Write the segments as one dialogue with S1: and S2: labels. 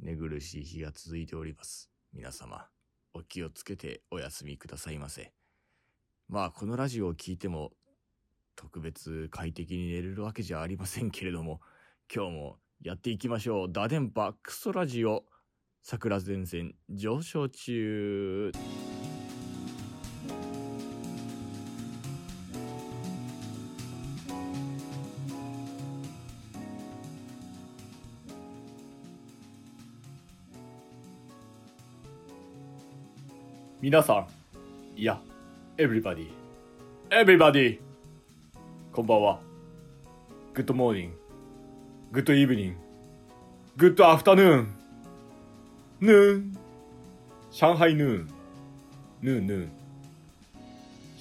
S1: 寝苦しい日が続いております。皆様、お気をつけてお休みくださいませ。まあ、このラジオを聞いても、特別快適に寝れるわけじゃありませんけれども、今日もやっていきましょう。打電波クソラジオ、桜前線上昇中。皆さん、いや、エブリバディ、エブリバディ、こんばんは。グッドモーニング、グッドイブニング、グッドアフタヌーン、ヌーン、上海ヌーン、ヌーンヌーン、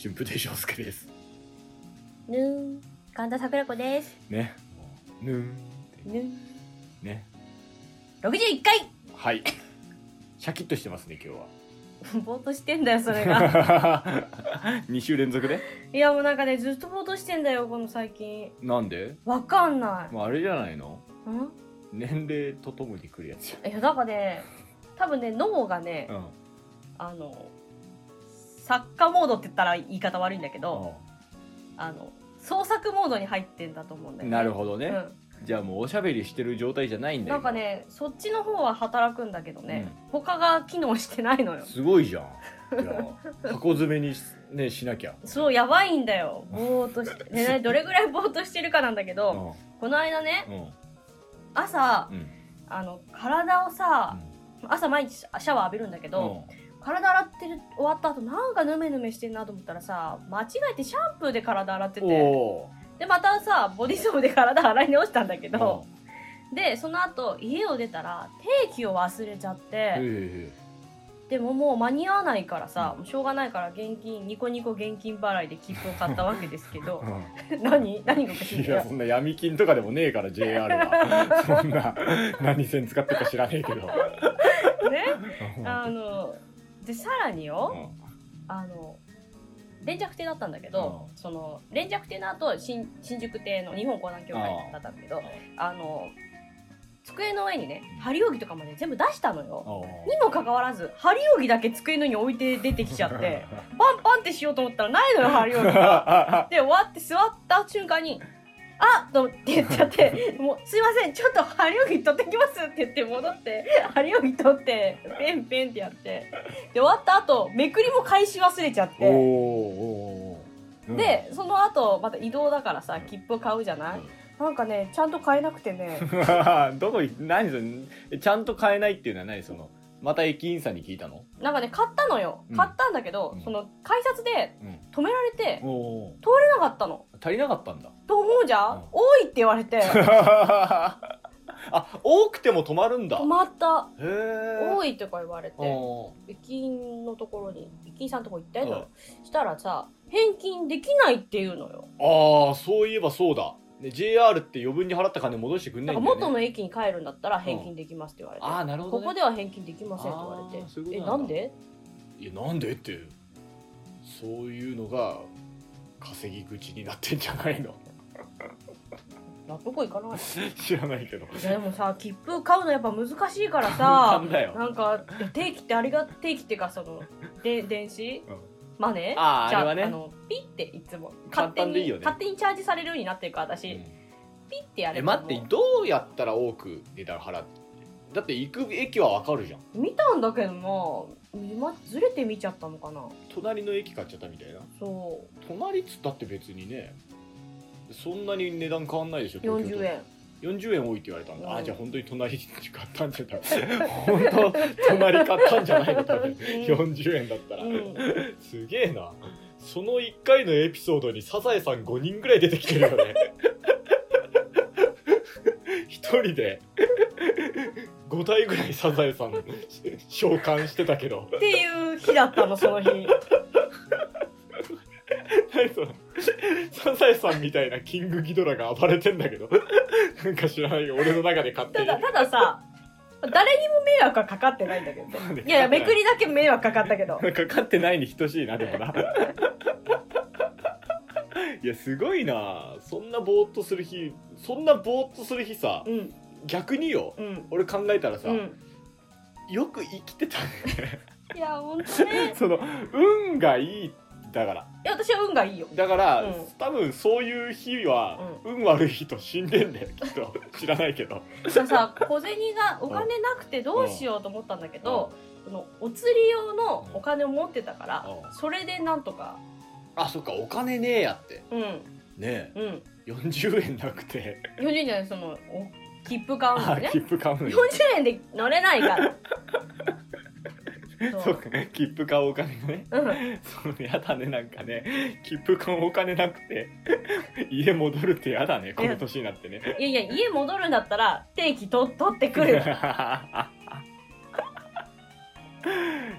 S1: 春風亭昇介です。
S2: ぬん神田桜子です
S1: ね、もうヌーンっ
S2: ぬん
S1: てね、
S2: 61回
S1: はい。シャキッとしてますね、今
S2: ぼーっとしてんだよそ れ
S1: 日
S2: が
S1: は。2週連続で
S2: いやもうなんかねずっとぼーっとしてんだよこの最近
S1: なんで
S2: わかんない、
S1: もうあれじゃないの
S2: うん
S1: 年齢とともに来るやつじ
S2: いやなんかね多分ね脳がね
S1: ゃん。うん。
S2: あの作家モードって言ったら言い方悪いんだけど
S1: あ
S2: あの創作モードに入ってんだと思うんだよね
S1: なるほどね、
S2: うん
S1: じゃあもうおしゃべりしてる状態じゃないんだ
S2: な
S1: よ
S2: んかねそっちの方は働くんだけどね、他が機能してないのよ
S1: すごいじゃ んいや箱詰めにし,、ね、しなきゃ、
S2: そうやばいんだよぼーっとして、ね、どれぐらいぼーっとしてるかなんだけ
S1: う
S2: ど、
S1: ん
S2: この間ね
S1: うん
S2: 朝
S1: うん
S2: あの体をさ朝毎日シャワー浴びるんだけど、体洗ってる終わった後なんかヌメヌメしてんなと思ったらさ間違えてシャンプーで体洗って
S1: うん、
S2: て
S1: お
S2: でまたさボディソープで体洗い直したんだけ
S1: ー
S2: どでその後家を出たら定期を忘れちゃっ
S1: うん
S2: て
S1: へ
S2: でももう間に合わないからさ、もうしょうがないから現金ニコニコ現金払いで切符を買ったわけですけ
S1: え
S2: ど
S1: う
S2: 何何がおかしい
S1: ん、
S2: ん
S1: い
S2: だ
S1: や
S2: よ
S1: そんな闇金とかでもねえから JR はそんな何線使ってるか知らねえけど、
S2: ね
S1: うん
S2: あのでさらによ、
S1: う
S2: あの連着亭だったんだけど、
S1: う
S2: その連着亭の後新新宿亭の日本港南協会だったんだけど、あの机の上にね張り扇とかまで全部出したのよ。
S1: ん
S2: にもかかわらず張り扇だけ机の上に置いて出てきちゃって パンパンってしようと思ったらないのよ張り扇が。で終わって座った瞬間に「あっ!」と思って言っちゃって「もうすいませんちょっと張り扇取ってきます」って言って戻って張り扇取ってペンペンってやってで終わった後めくりも返し忘れちゃっ
S1: おー
S2: て
S1: おーおーうん
S2: でその後また移動だからさ切符買うじゃないなんかねちゃんと買えなくてね
S1: どこ行何それちゃんと買えないっていうのは何そのまた駅員さんに聞いたの、
S2: なんかね買ったのよ
S1: うん
S2: 買ったんだけど、
S1: うん
S2: その改札で
S1: うん、
S2: 止められて
S1: おお
S2: 取れなかったの
S1: 足りなかったんだ
S2: と思うじゃん、
S1: うん
S2: 多いって言われて
S1: あ多くても止まるんだ
S2: 止まった
S1: へえ
S2: 多
S1: い
S2: いとか言われて駅員のところに駅員さんのとこ行ったよ、したらさ返金できないっていうのよ
S1: ああそういえばそうだ、ね、JR って余分に払った金戻してくん
S2: な
S1: なんいん
S2: か
S1: だよ、ね、
S2: 元の駅に帰るんだったら返金できますって言われて、
S1: ああなるほど、
S2: こ
S1: ね、
S2: こでは返金できませんって言われ
S1: あ
S2: て
S1: ーそういう
S2: え
S1: ことな
S2: なんん
S1: だ
S2: で
S1: いやなんでってそういうのが稼ぎ口になってんじゃないの
S2: 納得いかない
S1: 知らないけど
S2: いやでもさ切符買うのやっぱ難しいから
S1: 簡
S2: さ
S1: 単だよ
S2: なんかいや定期ってありが定期っていうかそので電子
S1: うん
S2: マネー
S1: あーあれはね
S2: じゃあのピッていつも
S1: 簡
S2: 勝手
S1: 単で
S2: に
S1: いいよね
S2: 勝手にチャージされるようになってるから
S1: う
S2: 私、
S1: ん
S2: ピッてやれ
S1: え
S2: ば
S1: 待ってどうやったら多く値段払ってだって行く駅はわかるじゃん
S2: 見たんだけどな今ずれて見ちゃったのかな
S1: 隣の駅買っちゃったみたいな
S2: そ
S1: 隣っつったって別にねそんなに値段変わんないでしょ
S2: う
S1: 東京
S2: 40
S1: と
S2: 円
S1: 40円多いって言われたんだ、
S2: うん
S1: あじゃあ本当に隣に買ったんじゃない 本当隣買ったんじゃないの多分
S2: うん
S1: 40円だったら、
S2: うん、
S1: すげえなその1回のエピソードにサザエさん5人ぐらい出てきてるよね 一人で5体ぐらいサザエさん召喚してたけど
S2: っていう日だったのその日
S1: 何そのサザエさんみたいなキングギドラが暴れてんだけどなんか知らないよ俺の中で勝手
S2: た
S1: に
S2: だたださ誰にも迷惑はかかってないんだけどねいやいやめくりだけ迷惑かかったけど
S1: かかってないに等しいなで もないやすごいなそんなぼーっとする日そんなぼーっとする日さ
S2: うん
S1: 逆によ
S2: うん
S1: 俺考えたらさ、
S2: うん
S1: よく生きてたね
S2: いや本当ね
S1: その運がいいだから
S2: いや私は運がいいよ
S1: だから、
S2: うん
S1: 多分そういう日は、運悪い人死んでんだよきっと知らないけど
S2: だからさ小銭がお金なくてどうしようと思ったんだけど、そのお釣り用のお金を持ってたから、
S1: うん
S2: それでなんとか
S1: あそっかお金ねえやって
S2: うん
S1: ね
S2: うん
S1: え40円なくて
S2: 40円じゃないそのお切符買うん
S1: あ
S2: だね
S1: 切符買うの
S2: 40
S1: に
S2: 円で乗れないから
S1: そ
S2: そうう
S1: か切符買うお金ね
S2: うん
S1: そうやだねなんかね切符買うお金なくて家戻るってやだねこの年になってね
S2: いやいや家戻るんだったら定期と取ってくる
S1: じゃあ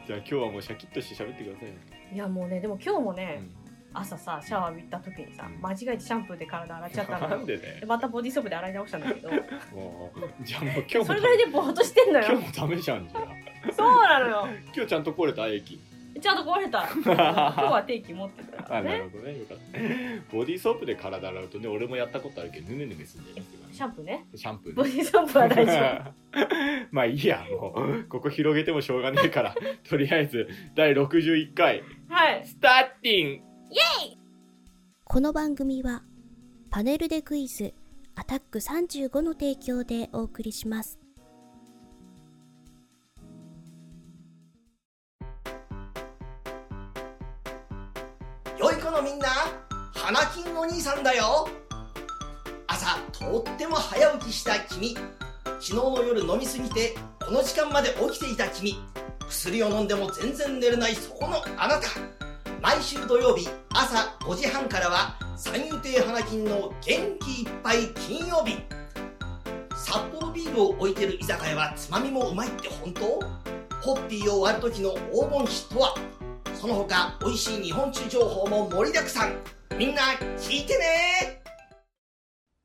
S1: 今日はもうシャキッとして喋ってくださいね、
S2: いやもうねでも今日もね、
S1: うん
S2: 朝さシャワー浴びた時にさ
S1: うん
S2: 間違えてシャンプーで体洗っちゃったの
S1: なん
S2: よ
S1: でね
S2: でまたボディーソープで洗い直したんだけど
S1: もうじゃあもう今日
S2: そ
S1: も
S2: れぐらいでぼーっとしてんの
S1: 今
S2: よ
S1: 日もダメじゃんじゃあ
S2: そうな のよ
S1: 今日ちゃんと来れた駅
S2: ちゃんと壊 れた今日は定期持ってたか
S1: あ
S2: ら
S1: な
S2: ね
S1: るほどねよかったボディーソープで体洗うとね俺もやったことあるけどヌネヌネすんだよね
S2: シャンプーね
S1: シャンプー
S2: ボ
S1: ね
S2: ディーソープは 大丈
S1: まあいいやもうここ広げてもしょうがねえから とりあえず第61回
S2: 夫はい
S1: スターティン
S3: この番組はパネルでクイズアタック35の提供でお送りします
S4: 良い子のみんな花金お兄さんだよ朝とっても早起きした君昨日の夜飲みすぎてこの時間まで起きていた君薬を飲んでも全然寝れないそこのあなた毎週土曜日朝5時半からは三遊亭花金の元気いっぱい金曜日札幌ビールを置いてる居酒屋はつまみもうまいって本当ホッピーを割る時の黄金比とはその他美味しい日本酒情報も盛りだくさんみんな聞いてね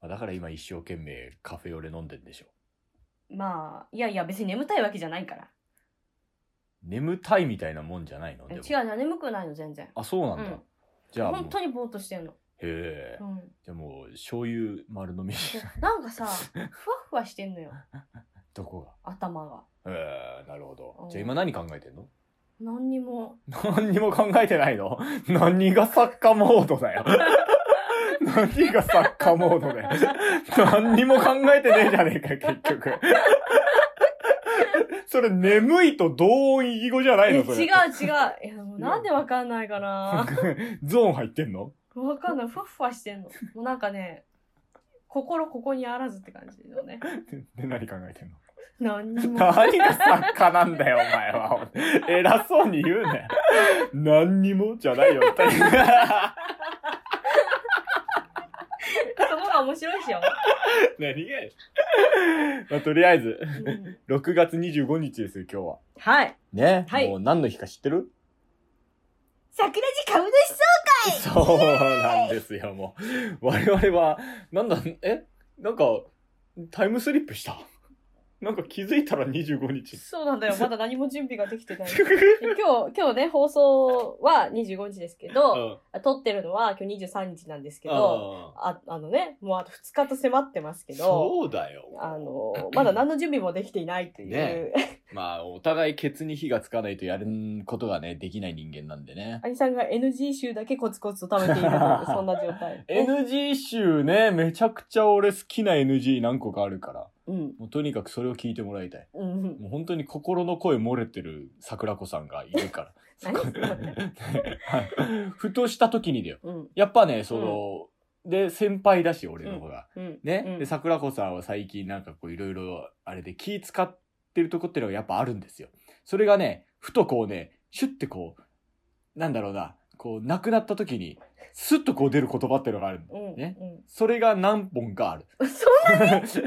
S1: あだから今一生懸命カフェオレ飲んでんでしょ
S2: まあいやいや別に眠たいわけじゃないから
S1: 眠たいみたいなもんじゃないので
S2: 違
S1: も
S2: うじゃ眠くないの全然
S1: あそうなんだ、
S2: うん
S1: じゃあもう
S2: 本当にぼーっとしてんの、
S1: へえ
S2: うん、
S1: じゃあもう醤油丸飲み
S2: でなんかさふわふわしてんのよ
S1: どこ
S2: 頭が
S1: がええなるほ
S2: う
S1: ど
S2: ん
S1: じゃあ今何考えてんの
S2: 何にも
S1: 何にも考えてないの 何がサッカーモードだよ 何がサッカーモードだよ 何にも考えてねえじゃねえか結局 それ眠いと同音異義語じゃな
S2: え
S1: い
S2: 違
S1: の
S2: う
S1: そ
S2: 違
S1: れ
S2: う いやもうなんでわかんないかな
S1: ゾーン入ってんの
S2: わかんないふわふわしてんのもうなんかね心ここにあらずって感じのね
S1: で何考えてんの
S2: 何にも
S1: 何が作家なんだよ、お前は。偉そうに言うね。何にもじゃないよ、 本当に
S2: そこが面白いしよ、
S1: 何がやまあ、とりあえず、
S2: うん
S1: 6月25日ですよ、今日は。
S2: はい
S1: ね、
S2: はい
S1: もう何の日か知ってる
S2: 桜地株主さん
S1: そうなんですよ、もう。我々は、なんだ、えなんか、タイムスリップしたなんか気づいたら25日。
S2: そうなんだよ。まだ何も準備ができてない。 で今日、今日ね、放送は25日ですけど、
S1: ん
S2: 撮ってるのは今日23日なんですけど、
S1: あ
S2: ああのね、もうあと2日と迫ってますけ
S1: ー
S2: ど、
S1: そうだよ。
S2: あの、まだ何の準備もできていないという。
S1: ねまあ、お互いケツに火がつかないとやることがね、できない人間なんでね。
S2: 兄さんが NG 集だけコツコツと食べている という、そんな状態。
S1: NG 集ね、めちゃくちゃ俺好きな NG 何個かあるから、
S2: うん。
S1: もうとにかくそれを聞いてもらいたい。
S2: うん。
S1: もう本当に心の声漏れてる桜子さんがいるから。
S2: 何それ
S1: はいふとした時にだよ。
S2: うん。
S1: やっぱね、その、で、先輩だし、俺の方が。
S2: うん。
S1: ね、
S2: うん
S1: で、桜子さんは最近なんかこういろいろあれで気使ってるとこっていうのがやっぱあるんですよ。それがね、ふとこうね、シュッてこう、なんだろうな、こう、亡くなった時に、スッとこう出る言葉っていうのがあるんだ。
S2: うん。
S1: ね
S2: うん。
S1: それが何本かある。
S2: そん、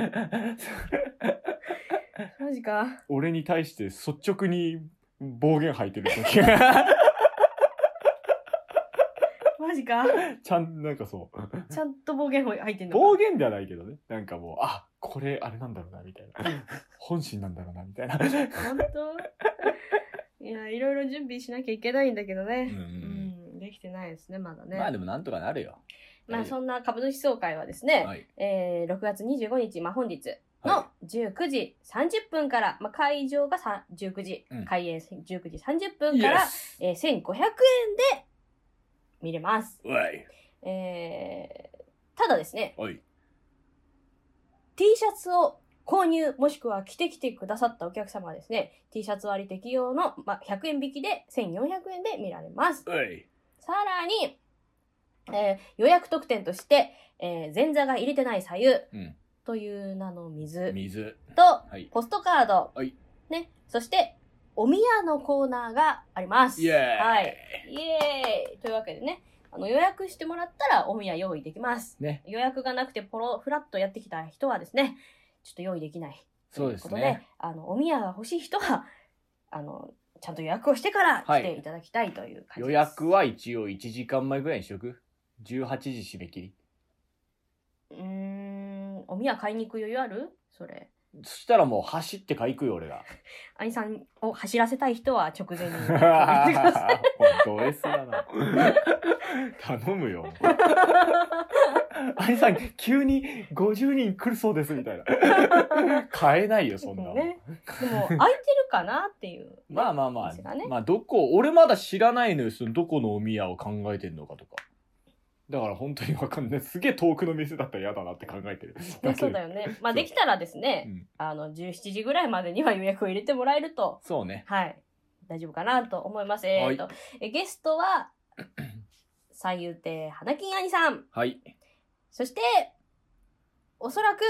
S2: マジ か。
S1: 俺に対して率直に暴言吐いてる時
S2: マジか。
S1: ちゃん、なんかそう。
S2: ちゃんと暴言入ってんのか
S1: 暴言ではないけどね。なんかもう、あ、これあれなんだろうな、みたい な。本心なんだろうな、みたいな。
S2: 本当 いやいろいろ準備しなきゃいけないんだけどね、うんできてないですねまだね、まあ
S1: もなんとかなるよ。大丈夫
S2: そんな株主総会はですね、
S1: はい。
S2: えー6月25日、まあ、本日、の19時30分から、まあ、会場がさ19時、
S1: うん
S2: 開演19時30分から、えー、1500円で見れます。
S1: Yes わい
S2: えー、ただですね、
S1: おい
S2: T シャツを購入もしくは着てきてくださったお客様はですね、T シャツ割適用の、まあ、100円引きで1400円で見られます。
S1: おい
S2: さらに、えー予約特典として、えー前座が入れてない左右
S1: うん
S2: という名の水
S1: 水
S2: と、
S1: はい
S2: ポストカード、
S1: はい
S2: ね、そして、お宮のコーナーがあります。
S1: イエーイ
S2: はい。イエーイというわけでね、あの予約してもらったらお宮用意できます。
S1: ね
S2: 予約がなくてポロフラッとやってきた人はですね、ちょっと用意できない
S1: そうです
S2: ということ
S1: ね
S2: で、あの、お宮が欲しい人は、あの、ちゃんと予約をしてから
S1: は
S2: 来
S1: い
S2: ていただきたいという感じです。
S1: 予約は一応1時間前ぐらいにしとく18時締め切り
S2: うーん、お宮買いに行く余裕あるそれ。
S1: そしたらもう走って買いに行くよ俺が
S2: 兄さんを走らせたい人は直前に。
S1: 本当 S だな 頼むよあいさん急に50人来るそうですみたい な買えないよそんなもん
S2: ね、でも、空いてるかなっていう。
S1: まあまあま
S2: です
S1: あ、
S2: がね
S1: まあどこ、俺まだ知らないのよ、そのどこのお宮を考えてんのかとか。だから本当にわかんない。すげえ遠くの店だったら嫌だなって考えてる。
S2: ね、そうだ
S1: よ。
S2: よね。まあ、できたらですね、
S1: うん
S2: あの、17時ぐらいまでには予約を入れてもらえると、
S1: そうね。
S2: はい、大丈夫かなと思います。えーと、えゲストは、三遊亭花金兄さん。
S1: はい。
S2: そして、おそらく、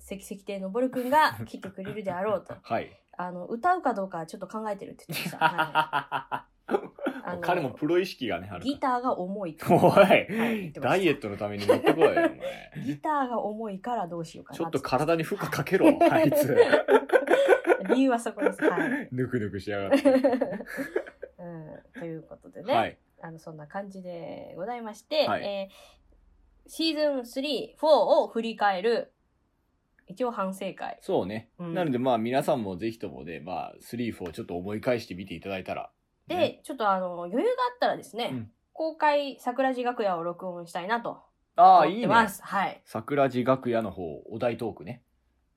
S2: 関々亭のぼるくん が来てくれるであろうと。
S1: はい。
S2: あの、歌うかどうかちょっと考えてるって言って ました。はいあの
S1: 彼もプロ意識がね、ある
S2: ギ
S1: か
S2: ターが重いから
S1: ら。お
S2: はい
S1: い
S2: 言ってました
S1: ダイエットのために持ってこいよ、お 前
S2: ギターが重いからどうしようかな
S1: ちょっと体に負荷かけ ろ、あいつ。
S2: 理由はそこです。 はい。
S1: ぬくぬくしや がって。
S2: うん、ということでね、
S1: はい。
S2: あのそんな感じでございまして、
S1: はい
S2: えーシーズン3、4を振り返る一応反省会。
S1: そうね。
S2: うん
S1: なのでまあ皆さんもぜひともね、まあ、3、4ちょっと思い返してみていただいたら。
S2: で、
S1: ね
S2: ちょっとあの余裕があったらですね、
S1: うん
S2: 公開桜地楽屋を録音したいなと
S1: あ
S2: 思
S1: あ、
S2: っ
S1: いい
S2: て
S1: ね。
S2: ます。はい。
S1: 桜地楽屋の方、お題トークね。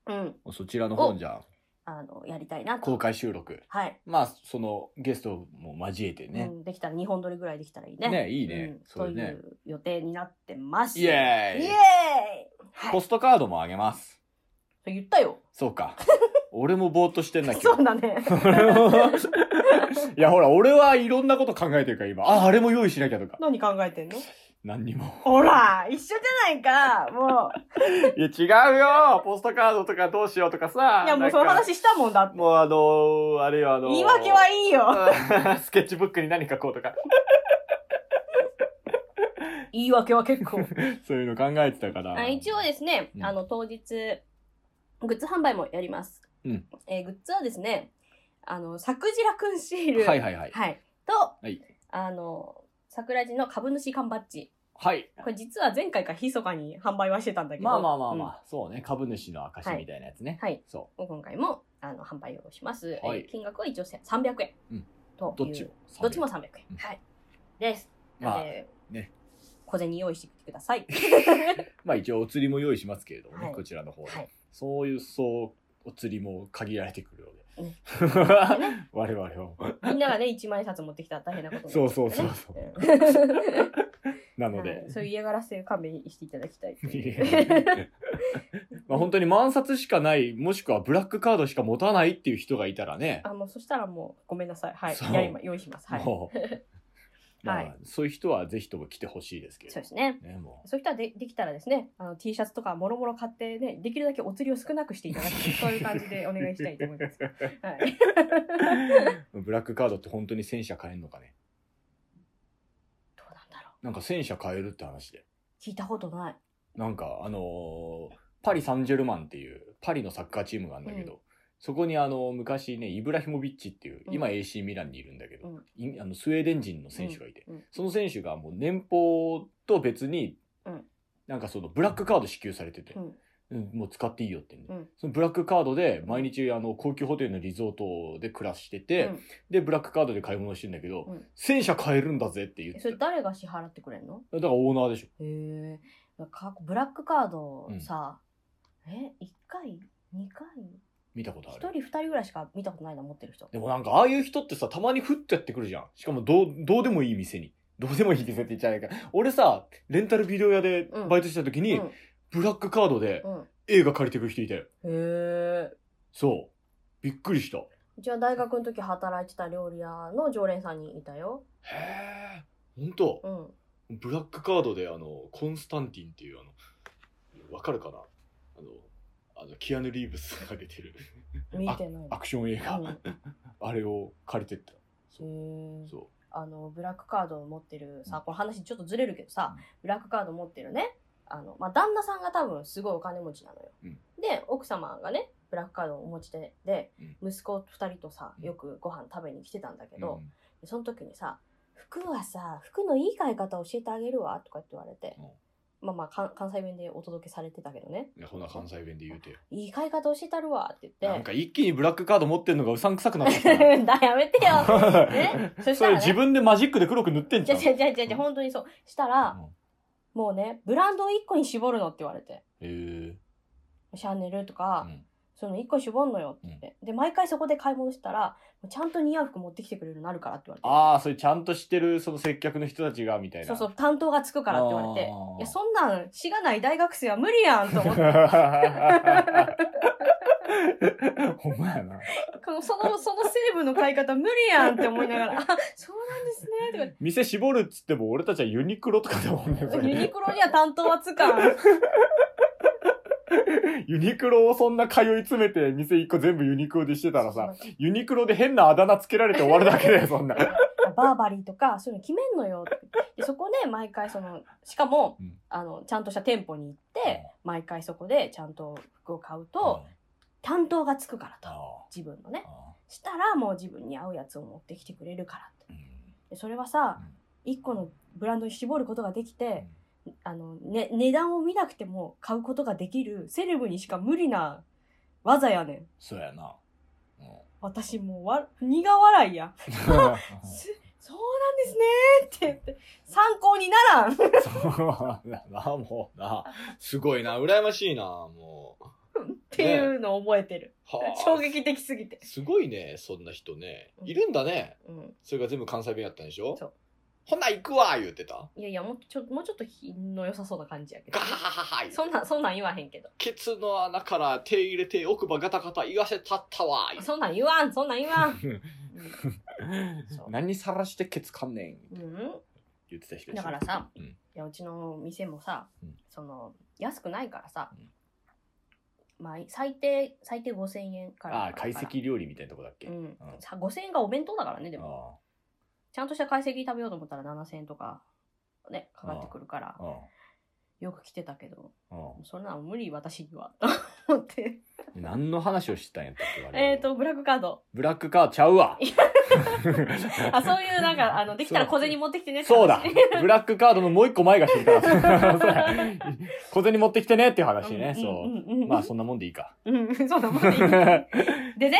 S2: うん。
S1: そちらの方じゃあ
S2: あの、やりたいな
S1: 公
S2: と。
S1: 開収録。
S2: はい、
S1: まあ、そのゲストも交えて
S2: う
S1: ね。
S2: ん。できたら2本撮りぐらいできたらいいね。
S1: ねいいね
S2: うん。
S1: そ
S2: と
S1: れ
S2: い
S1: ね。
S2: う予定になってます。
S1: イエーイ
S2: イエーイはい
S1: ポストカードもあげます。
S2: それ言ったよ。
S1: そう か。俺もぼーっとしてんだけど。
S2: そうだね。
S1: いや、ほら、俺はいろんなこと考えてるから、今。あ、あれも用意しなきゃとか。
S2: 何考えてんの
S1: 何にも。
S2: ほら、一緒じゃないか。もう、
S1: いや、違うよポストカードとかどうしようとかさ。
S2: いやもうその
S1: なんか。
S2: 話したもんだって。
S1: もうあのー、あれよ、あのー
S2: 言い訳はいいよ。
S1: うん スケッチブックに何書こうとか。
S2: 言い訳は結構。
S1: そういうの考えてたから。
S2: あ一応ですね、
S1: うん
S2: あの、当日、グッズ販売もやります。
S1: うん
S2: えーグッズはですね、あの、桜ジラくんシール。
S1: はいはいはい。
S2: はいと、
S1: はい
S2: あの、桜地の株主缶バッジ。
S1: はい。
S2: これ実は前回から密かに販売はしてたんだけど。
S1: まあまあまあま
S2: うん
S1: あ、そうね。株主の証みたいなやつね。
S2: はい。
S1: そ
S2: 今回もあの販売をします、
S1: はい
S2: えー金額は一応せ300円
S1: うん
S2: と
S1: う。ど
S2: いう、
S1: っちも。
S2: どっちも300円、
S1: うん
S2: はいです、
S1: まあ、
S2: えー
S1: ね
S2: 小銭用意してきてください
S1: まあ一応お釣りも用意しますけれどもね、
S2: はい
S1: こちらの方で、
S2: はい
S1: そういう、そう、お釣りも限られてくるので。
S2: ね
S1: 我々も。
S2: みんながね1万円札持ってきたら大変なことにな
S1: そ
S2: っ
S1: う
S2: ちゃ
S1: そうう
S2: か
S1: そう
S2: らね
S1: そう。
S2: うん
S1: なので
S2: はい。そういう嫌がらせを勘弁していただきたいと
S1: い
S2: いう
S1: や まあ本当に満札しかない、もしくはブラックカードしか持たないっていう人がいたらね、
S2: あもうそしたらもうごめんなさいはい
S1: そう
S2: やりま用意しますはいそ
S1: もう、ま
S2: は
S1: あ、
S2: い
S1: そういう人はぜひとも来てほしいですけ
S2: う
S1: れど
S2: ですね
S1: ね、もう。
S2: そういう人はでできたらですねあの T シャツとかもろもろ買ってねできるだけお釣りを少なくしていただくそういう感じでお願いしたいと思います、はい
S1: ブラックカードって本当に戦車買えんのかね。
S2: どうなんだろ
S1: なんか戦車買えるって話で。
S2: う聞いたことない。
S1: なんかあのーパリ・サンジェルマンっていうパリのサッカーチームがあるんだけど、そこにあの昔ねイブラヒモビッチっていう
S2: うん
S1: 今 AC ミランにいるんだけど、
S2: うん
S1: いあのスウェーデン人の選手がいて、
S2: うんうん
S1: その選手がもう年俸と別に、
S2: うん
S1: なんかそのブラックカード支給されてて
S2: う、ん
S1: うんもう使っていいよって言うんで、
S2: うん
S1: そのブラックカードで毎日あの高級ホテルのリゾートで暮らしてて、
S2: うん
S1: でブラックカードで買い物してんだけど、
S2: うん
S1: 戦車買えるんだぜって言っ
S2: え
S1: て
S2: そ
S1: た
S2: れ誰が支払ってくれんの
S1: だからオーナーでしょ
S2: へえ。かブラックカードさ、え、1回2回
S1: 見たことあ
S2: ?1
S1: る
S2: 人2人ぐらいしか見たことないな、持ってる人。
S1: でもなんかああいう人ってさたまにふってやってくるじゃんしかもどうどうでもいい店にどうでもいい店って言っちゃないか俺さレンタルビデオ屋で
S2: うん
S1: バイトしてた時
S2: う
S1: に、
S2: ん。
S1: ブラックカードで
S2: うん、
S1: 映画借りてくる人いたよ
S2: へえ。
S1: そうびっくりした
S2: うちは大学の時働いてた料理屋の常連さんにいたよ。
S1: へえほんと
S2: うん。
S1: ブラックカードであのコンスタンティンっていうあのわかるかなあのあのキアヌ・リーブスが出てる
S2: 見てない。
S1: アクション映画、
S2: うん
S1: あれを借りてった
S2: へえ。
S1: そ
S2: あのブラックカードを持ってるさこの話ちょっとずれるけどさ、
S1: うん
S2: ブラックカード持ってるねあの、まあ、旦那さんが多分すごいお金持ちなのよ、
S1: うん
S2: で奥様がねブラックカードをお持ちでで、
S1: う
S2: 息子2人とさ
S1: うん
S2: よくご飯食べに来てたんだけ
S1: う
S2: ど、でその時にさ「服はさ服のいい買い方教えてあげるわ」とかって言われて、まあまあかん関西弁でお届けされてたけどね
S1: いやほな関西弁で言うてよ
S2: 「いい買い方教えてあるわ」って言
S1: なん
S2: って
S1: か一気にブラックカード持ってんのがうさんくさくなってき たな
S2: だやめてよねそ し
S1: そ
S2: た
S1: れ
S2: ら、ね、
S1: 自分でマジックで黒く塗ってんじ
S2: じ
S1: ゃ
S2: ゃ
S1: ん
S2: じゃじゃじゃじゃ本当にそうしたら、もうね、ブランドを1個に絞るのって言われて。
S1: うんへえ
S2: シャネルとか、
S1: うん
S2: そういうの1個絞るのよって言って。で、毎回そこで買い物したら、ちゃんと似合う服持ってきてくれるようになるからって言わ
S1: ああそれちゃんとしてるその接客の人たちがみた
S2: れ
S1: い
S2: て。
S1: な
S2: そうそう、担当がつくからって言われて
S1: あー。
S2: いや、そんなん、しがない大学生は無理やんと 思って。
S1: ほんまやな
S2: このその、その成分の買い方無理やんって思いな がら、あ、そうなんですね、とか言って。
S1: 店絞るっつっても俺たちはユニクロとかだもんねそれ
S2: ユニクロには担当はつかん。
S1: ユニクロをそんな通い詰めて店一個全部ユニクロでしてたらさユニクロで変なあだ名つけられて終わるだけだよそんな
S2: バーバリーとかそういうの決めんのよってでそこで毎回そのしかも、
S1: うん
S2: あのちゃんとした店舗に行って、毎回そこでちゃんと服を買うと、担当がつくからと自分のねしたらもう自分に合うやつを持ってきてくれるからってでそれはさ、一個のブランドに絞ることができて、あのね、値段を見なくても買うことができるセレブにしか無理な技やねん
S1: そうやな
S2: 私もうわ苦笑いやすそうなんですねって言って参考にならん
S1: そうだな もうなすごいな羨ましいなもう
S2: っていうのを覚えてる。
S1: はあ
S2: 衝撃的すぎて。
S1: すごいねそんな人ねいるんだね
S2: うん。
S1: それが全部関西弁やったんでしょ
S2: そう
S1: ほな行くわ言ってた
S2: いやいや、もうちょもうちょっと品の良さそうな感じやけど
S1: ガ。ハハハハ
S2: そんなん、そんなん言わへんけど。
S1: ケツの穴から手入れて奥歯ガタガタ言わせたったわ言って
S2: そんなん言わん、そんなん言わん。うんそ う
S1: 何さらしてケツかんねん
S2: うん
S1: 言ってた人
S2: だからさ、
S1: うん
S2: いやうちの店もさ、
S1: うん
S2: その安くないからさ、
S1: うん
S2: まあ最低最低5000円から
S1: ああ解析料理みたいなとこだっけ、
S2: う
S1: あ
S2: ん、さ5000円がお弁当だからねでも
S1: あ
S2: ちゃんとした解析食べようと思ったら7000円とかねかかってくるから
S1: ああ
S2: よく来てたけど
S1: あ
S2: そんなの無理私にはと思って
S1: 何の話をしてたんやったっけ我々
S2: えっとブラックカード
S1: ブラックカードちゃうわ
S2: あそういうなんかあのできたら小銭持ってきてねって話
S1: そうだブラックカードのもう一個前が知りたか ったそうや小銭持ってきてねっていう話ね、
S2: うん
S1: そう、
S2: うんうん
S1: まあそんなもんでいいか
S2: うん そうだも んねでね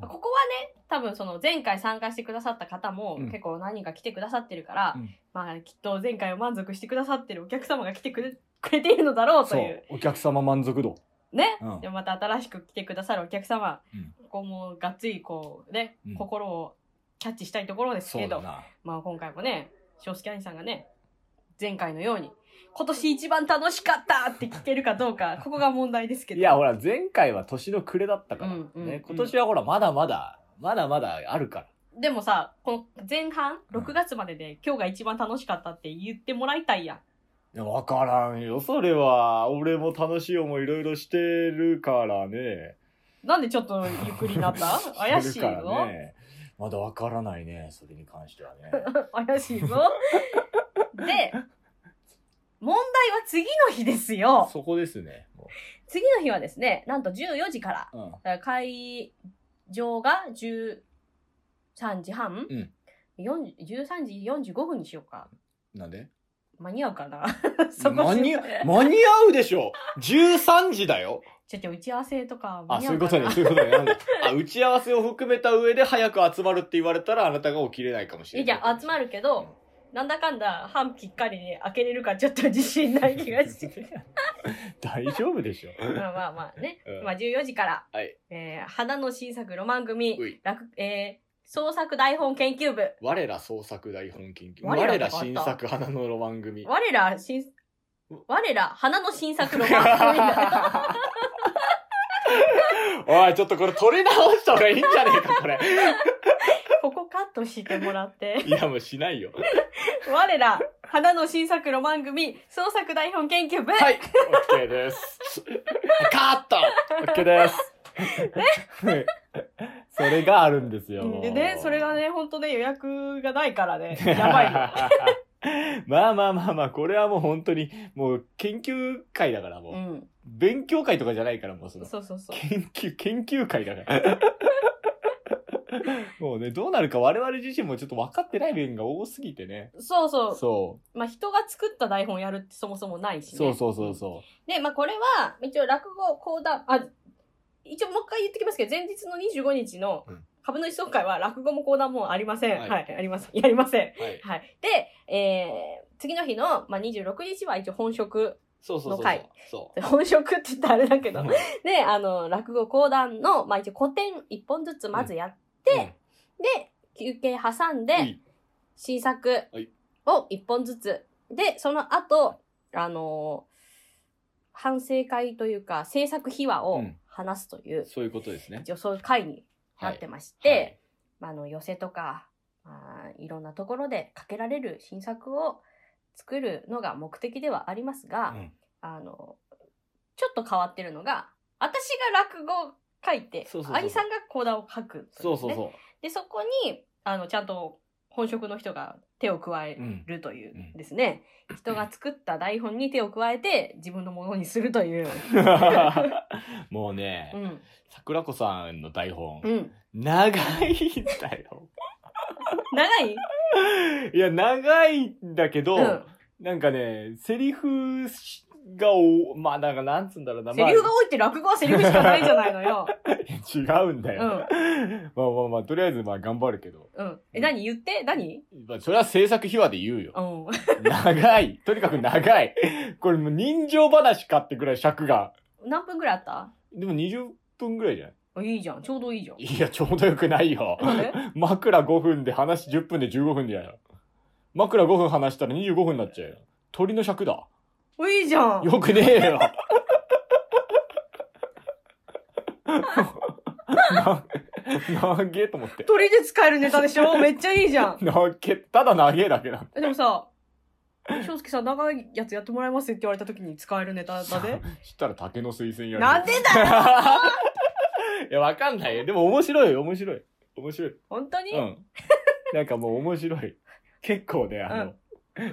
S2: ここはね多分その前回参加してくださった方も
S1: うん
S2: 結構何人か来てくださってるから、
S1: うん
S2: まあきっと前回を満足してくださってるお客様が来てくれくれているのだろうと
S1: そ
S2: いう
S1: うお客様満足度
S2: ね、
S1: うん
S2: でまた新しく来てくださるお客様、
S1: うん
S2: ここもがっつりこうね、
S1: うん
S2: 心をキャッチしたいところです
S1: そ
S2: け
S1: うだ
S2: ど
S1: な
S2: まあ今回もね、少子キャインさんがね、前回のように、今年一番楽しかったって聞けるかどうか、ここが問題ですけど。
S1: いやほら前回は年の暮れだったから、
S2: うんうんうん
S1: ね、今年はほらまだまだまだまだあるから
S2: でもさ、この前半、
S1: うん
S2: 6月までで今日が一番楽しかったって言ってもらいたいやん。
S1: いや、わからんよ、それは。俺も楽しい思いいろいろしてるからね。
S2: なんでちょっとゆっくりになった 怪し
S1: て
S2: い
S1: るから
S2: ぞ。
S1: ね。まだわからないね、それに関してはね。
S2: 怪しいぞ。で、問題は次の日ですよ。
S1: そこですね。も
S2: 次の日はですね、なんと14時から
S1: ううん。
S2: だから会場が13時半、
S1: うん
S2: 四13時45分にしようか
S1: なんで
S2: 間に合うかな そこ
S1: 間に
S2: ちょ
S1: 間に合うでしょ !13 時だよ
S2: っと打ち合わせとか間
S1: あ、
S2: に
S1: そ
S2: 合
S1: ういう
S2: う
S1: こ
S2: かな
S1: とね、そういうことね。なんだあ、打ち合わせを含めた上で早く集まるって言われたらあなたが起きれないかもしれ
S2: え
S1: ない。
S2: じゃあ集ま
S1: る。
S2: るけど、なんだかんだ半きっかりで開けれるかちょっと自信ない気が してくる。
S1: 大丈夫でしょ。
S2: まあまあまあね。
S1: うん
S2: まあ14時から、
S1: はい
S2: えー、花の新作ロマン組
S1: うい、
S2: 楽えー、創作台本研究部。
S1: 我ら創作台本研究。
S2: 我
S1: 我
S2: ら
S1: ら
S2: とかあった
S1: 新作花のロマン組。
S2: 我ら新、我ら花の新作ロマン 組だ。
S1: おい、ちょっとこれ取り直した方がいいんじゃねえか、これ。
S2: ここカットしてもらって。
S1: いや、もうしないよ。
S2: 我ら花の新作ロマン組、創作台本研究部。
S1: はい、オッケーです。カットオッケーです。ねそれがあるんですよ。
S2: うん
S1: もう
S2: でね、それが。ね、ほんとね、予約がないか らね、やばいよ。
S1: まあまあまあまあ、これはもう本当に、もう研究会だからもう、
S2: うん。
S1: 勉強会とかじゃないからもうその、
S2: そうそうそう。
S1: 研究、 研究会だから。もうね、どうなるか我々自身もちょっと分かってない面が多すぎてね。
S2: そうそう。
S1: そ
S2: まあ、人が作った台本やるってそもそもないし
S1: う。
S2: ね。
S1: そうそうそうそ
S2: で、まあ、これは、一応落語講談、あ、一応もう一回言ってきますけど、前日の25日の
S1: うん
S2: 株主総会は落語も講談もありません。は、
S1: はいい
S2: ありません。やりません。
S1: う。はい。
S2: はい。で、えー、次の日の、まあ、26日は一応本職、
S1: そうそうそうそう。
S2: の回
S1: そ
S2: 本職って言ったらあれだけ
S1: う。
S2: ど、で、あの、落語講談の、まあ、一応古典一本ずつまずやっ
S1: で、
S2: て、休憩挟ん
S1: う
S2: で、
S1: い
S2: 新作
S1: はい
S2: を一本ずつ。で、その後、あのー反省会というか、制作秘話
S1: う
S2: を
S1: ん
S2: 話すという、
S1: そういうことですね。
S2: 一応そういう会になってまして、
S1: はい
S2: まあ、あの、寄せとか、まあ、いろんなところでかけられる新作を作るのが目的ではありますが、
S1: はいうん
S2: あの、ちょっと変わってるのが、私が落語を書いて
S1: そうそう、そう
S2: 兄さんが講談を書く、
S1: そうそう
S2: う。
S1: そ
S2: で、そこに、あの、ちゃんと本職の人が手を加え
S1: う。うん。
S2: るという
S1: うん
S2: ですね、人が作った台本に手を加えて自分のものにすると いう。
S1: もうね
S2: う、ん。
S1: 桜子さんの台本、
S2: うん。
S1: 長いんだよ。
S2: 長い
S1: いや、長いんだけど、
S2: うん
S1: なんかね、セリフがお、まあ、なんか、なんつうんだろうな。
S2: セリフが多いって落語はセリフしかないじゃないの よ。
S1: ま あ、違うんだよ。まあまあまあ、とりあえず、まあ、頑張るけど。
S2: うん。え、何言って何
S1: まあ、それは制作秘話で言うよ。
S2: うん。
S1: 長い。とにかく長い。これもう人情話かってくらい尺が。
S2: 何分ぐらいあっ
S1: でも20分ぐらいじゃない
S2: たあいいじゃん。ちょうどいいじゃん。
S1: いや、ちょうどよくないよ。
S2: なんで
S1: 枕5分で話10分で15分じゃないの。枕5分話したら25分になっちゃうよ。鳥の尺だ。
S2: おいいじゃん。
S1: よくねえよ。 な、なげえと思って。
S2: 鳥で使えるネタでしょめっちゃいいじゃん。
S1: なげえ、ただなげえだけなんだ。
S2: えでもさ、翔介さん長いやつやってもらえますって言われた時に使えるネタだで。
S1: そしたら竹の推薦やる。
S2: なんでだよ
S1: いや、わかんないよ。でも面白い、面白い。面白い。
S2: 本当に、
S1: うん。なんかもう面白い。結構ね、あの、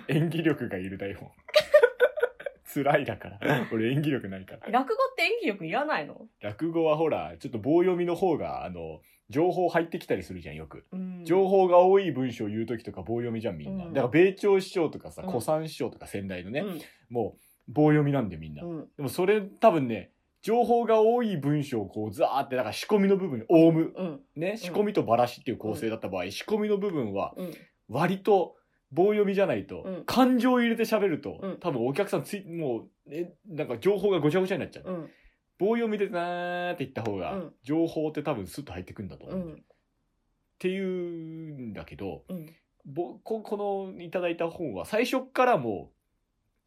S1: 演技力がいる台本。 辛いだから。俺演技力ないから。
S2: 落語って演技力いらないの
S1: 落語はほら、ちょっと棒読みの方が、あの、情報入ってきたりするじゃん、よく。
S2: うん。
S1: 情報が多い文章を言うときとか棒読みじゃん、みんな。
S2: うん
S1: だから、米朝師匠とかさ、
S2: うん
S1: 古参師匠とか先代のね、
S2: うん
S1: もう、棒読みなんだよ、みんな。
S2: うん。
S1: でもそれ、多分ね、情報が多い文章をこう、ザーって、だから仕込みの部分、オウム、
S2: うん。
S1: ね、仕込みとばらしっていう構成だった場合、仕込みの部分は、
S2: うん。
S1: 割と棒読みじゃないと、
S2: うん
S1: 感情を入れて喋ると、
S2: うん
S1: 多分お客さんついもうえなんか情報がごちゃごちゃになっちゃう、
S2: うん。
S1: 棒読みでなーって言った方が、
S2: うん
S1: 情報って多分スッと入ってくんだと思
S2: う
S1: う、っ
S2: ん。
S1: ていうんだけど
S2: うん。
S1: ぼここのいただいた本は最初っからもう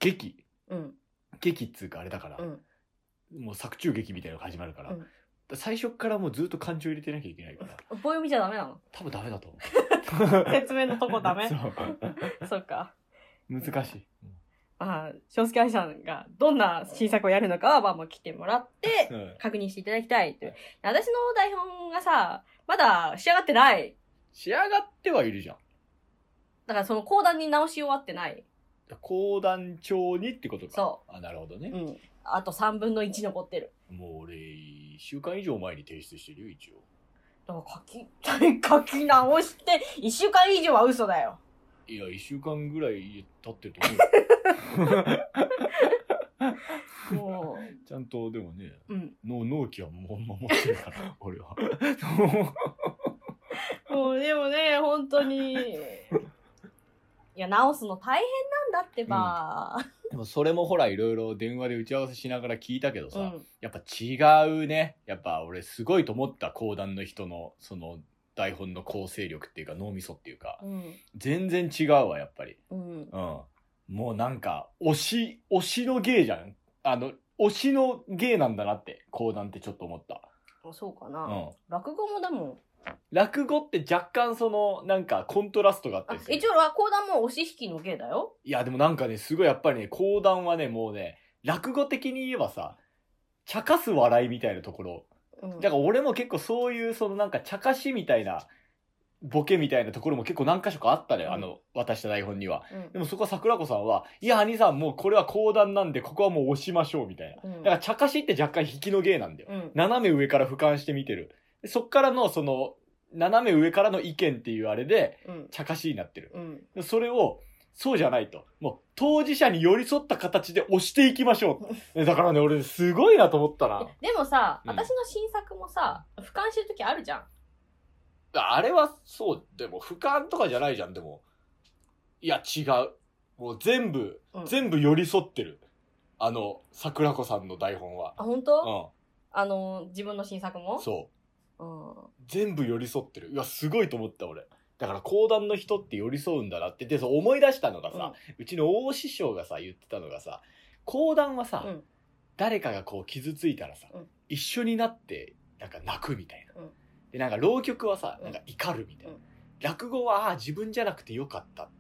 S1: 劇
S2: うん。
S1: 劇っつうかあれだから
S2: う、ん。
S1: もう作中劇みたいなのが始まるから,、
S2: うん
S1: 最初っからもうずっと感情入れてなきゃいけない から
S2: 棒読みじゃダメなの
S1: 多分ダメだと思う
S2: 説明のとこダ メ
S1: そ
S2: そうか。
S1: う難しい、
S2: まあ、翔介愛さんがどんな新作をやるのかは、まあ、もう来ても らって、
S1: うん
S2: 確認していただきたいという。私の台本がさ、まだ仕上がってない。
S1: 仕上がってはいるじゃん
S2: だからその講談に直し終わってない。
S1: 講談調にってことか。
S2: そ
S1: あ、なるほど
S2: う。う
S1: ね。
S2: ん。あと3分の1残ってる。
S1: もう俺、一週間以上前に提出してるよ、一応。
S2: だから書き、 書き直して、1週間以上は嘘だよ。
S1: いや、一週間ぐらい経ってると思
S2: も
S1: う。ちゃんと、でもね、
S2: う、うん。
S1: の納期はもう守ってる から、俺は。
S2: もうでもね、本当に。いや、直すの大変なんだってば。
S1: でもそれもほらいろいろ電話で打ち合わせしながら聞いたけどさ、
S2: うん。
S1: やっぱ違うねやっぱ俺すごいと思った講談の人のその台本の構成力っていうか脳みそっていうか
S2: うん。
S1: 全然違うわやっぱり
S2: うん。
S1: うんもうなんか推し推しの芸じゃんあの推しの芸なんだなって講談ってちょっと思った
S2: そうか
S1: う
S2: な。
S1: ん
S2: 落語もだもん。
S1: 落語って若干そのなんかコントラストがあった
S2: あ
S1: り、する
S2: 一応、落語だもん押し引きの芸だよ。
S1: いやでもなんかねすごいやっぱりね講談はねもうね落語的に言えばさ茶化す笑いみたいなところ
S2: うん。
S1: だから俺も結構そういうそのなんか茶化しみたいなボケみたいなところも結構何箇所かあったのよ、
S2: うん
S1: あの渡した台本には
S2: うん
S1: でもそこは桜子さんはいや兄さんもうこれは講談なんでここはもう押しましょうみたいな
S2: うん
S1: だから茶化しって若干引きの芸なんだよ
S2: うん。
S1: 斜め上から俯瞰して見てるでそっからのその斜め上からの意見っていうあれで
S2: うん。
S1: 茶化しになってる
S2: うん。
S1: でそれを、そうじゃないと。もう、当事者に寄り添った形で押していきましょ う。ねだからね、俺、すごいなと思ったな。
S2: でもさ、
S1: うん
S2: 私の新作もさ、俯瞰してる時あるじゃん。
S1: あれは、そう、でも、俯瞰とかじゃないじゃん、でも。いや、違う。もう、全部、
S2: うん
S1: 全部寄り添ってる。あの、桜子さんの台本は。
S2: あ、本当？
S1: う
S2: あの、自分の新作も
S1: ん。そう。
S2: うん。
S1: 全部寄り添ってる。いや、すごいと思った、俺。だから、講談の人って寄り添うんだなって。で、そう思い出したのがさ、うちの大師匠がさ言ってたのがさ講談はさ、
S2: うん
S1: 誰かがこう傷ついたらさ、
S2: うん
S1: 一緒になってなんか泣くみたいな、
S2: うん
S1: でなんか浪曲はさ、
S2: うん
S1: なんか怒るみたいな、
S2: うん
S1: 落語はああ自分じゃなくてよかったっ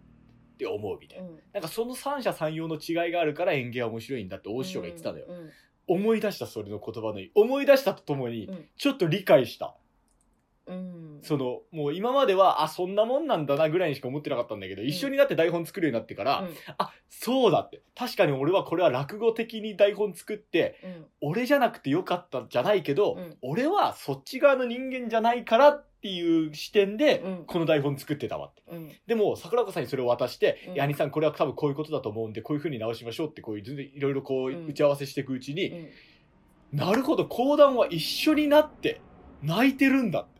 S1: て思うみたいな,、
S2: うん。
S1: なんかその三者三様の違いがあるから演芸は面白いんだって大師匠が言ってたのよ、
S2: うん。
S1: 思い出したそれの言葉の思い出したとともに、
S2: うん
S1: ちょっと理解した
S2: うん。
S1: そのもう今まではあそんなもんなんだなぐらいにしか思ってなかったんだけど、一緒になって台本作るようになってから、
S2: うん
S1: あ、そうだって。確かに俺はこれは落語的に台本作って、
S2: うん。
S1: 俺じゃなくてよかったじゃないけど、
S2: うん
S1: 俺はそっち側の人間じゃないからっていう視点で、
S2: うん
S1: この台本作ってたわって。
S2: うん。
S1: でも、桜子さんにそれを渡して、
S2: うん
S1: いや兄さんこれは多分こういうことだと思うんで、こういう風に直しましょうって、こういう、いろいろこう、
S2: うん
S1: 打ち合わせしていくうちに、
S2: うん
S1: なるほど、講談は一緒になって、泣いてるんだって。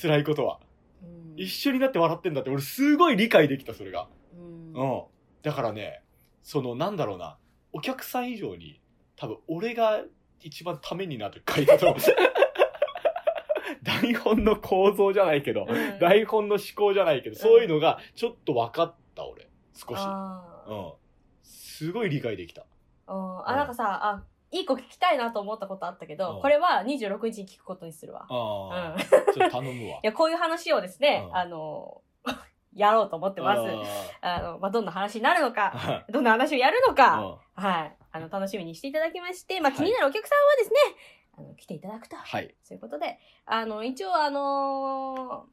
S1: 辛いことは。
S2: うん
S1: 一緒になって笑ってんだって、俺すごい理解できた、それが。
S2: うん
S1: うん。だからね、その、なんだろうな、お客さん以上に、多分俺が一番ためになる回だと 思う台本の構造じゃないけど、
S2: うん
S1: 台本の思考じゃないけど、そういうのがちょっと分かった、俺。少し。
S2: あ
S1: うん。
S2: ー
S1: すごい理解できた。
S2: うんあ、なんかさ、あ、いい子聞きたいなと思ったことあったけ
S1: う
S2: ど
S1: ん、
S2: これは26日に聞くことにするわ。うん。
S1: ああ、
S2: い
S1: ちょっと頼 むわ。
S2: や、こういう話をですね
S1: う、ん
S2: あの、 やろうと思ってます。あの、まあ、どんな話になるのか、
S1: あ
S2: どんな話をやるの
S1: ー
S2: か、
S1: うん
S2: はい。あの、楽しみにしていただきまして、まあ、
S1: はい
S2: 気になるお客さんはですね、あの、来ていただくと。
S1: はい。
S2: そういうことで、あの、一応、あのー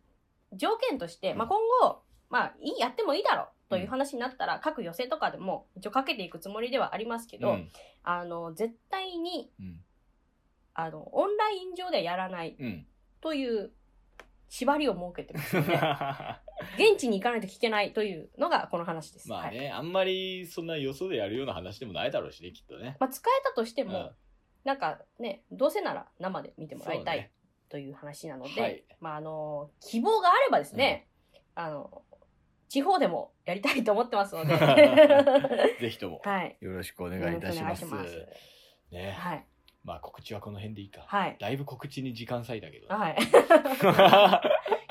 S2: 条件として、まあ、
S1: う
S2: 今後、まあ、いい、やってもいいだろう。という話になったら、各寄せとかでも、一応かけていくつもりではありますけど、
S1: うん。
S2: あの、絶対に、
S1: うん。
S2: あの、オンライン上ではやらない
S1: うん。
S2: という縛りを設けてますよね。現地に行かないと聞けないというのがこの話です。
S1: まあ
S2: はい
S1: ね、あんまりそんなよそでやるような話でもないだろうしね、きっとね。
S2: まあ、使えたとして
S1: うん
S2: も、なんかね、どうせなら生で見てもらいた
S1: そう
S2: い
S1: ね
S2: という話なので、
S1: はい
S2: まああの、希望があればですね、あの、地方でもやりたいと思ってますので、は
S1: ぜひとも。
S2: い。
S1: よろしくお
S2: お
S1: 願いいたします。
S2: 願いしま
S1: ね、
S2: はい。
S1: まあ告知はこの辺でいいか。
S2: はい。
S1: だいぶ告知に時間割いたけど。
S2: はい。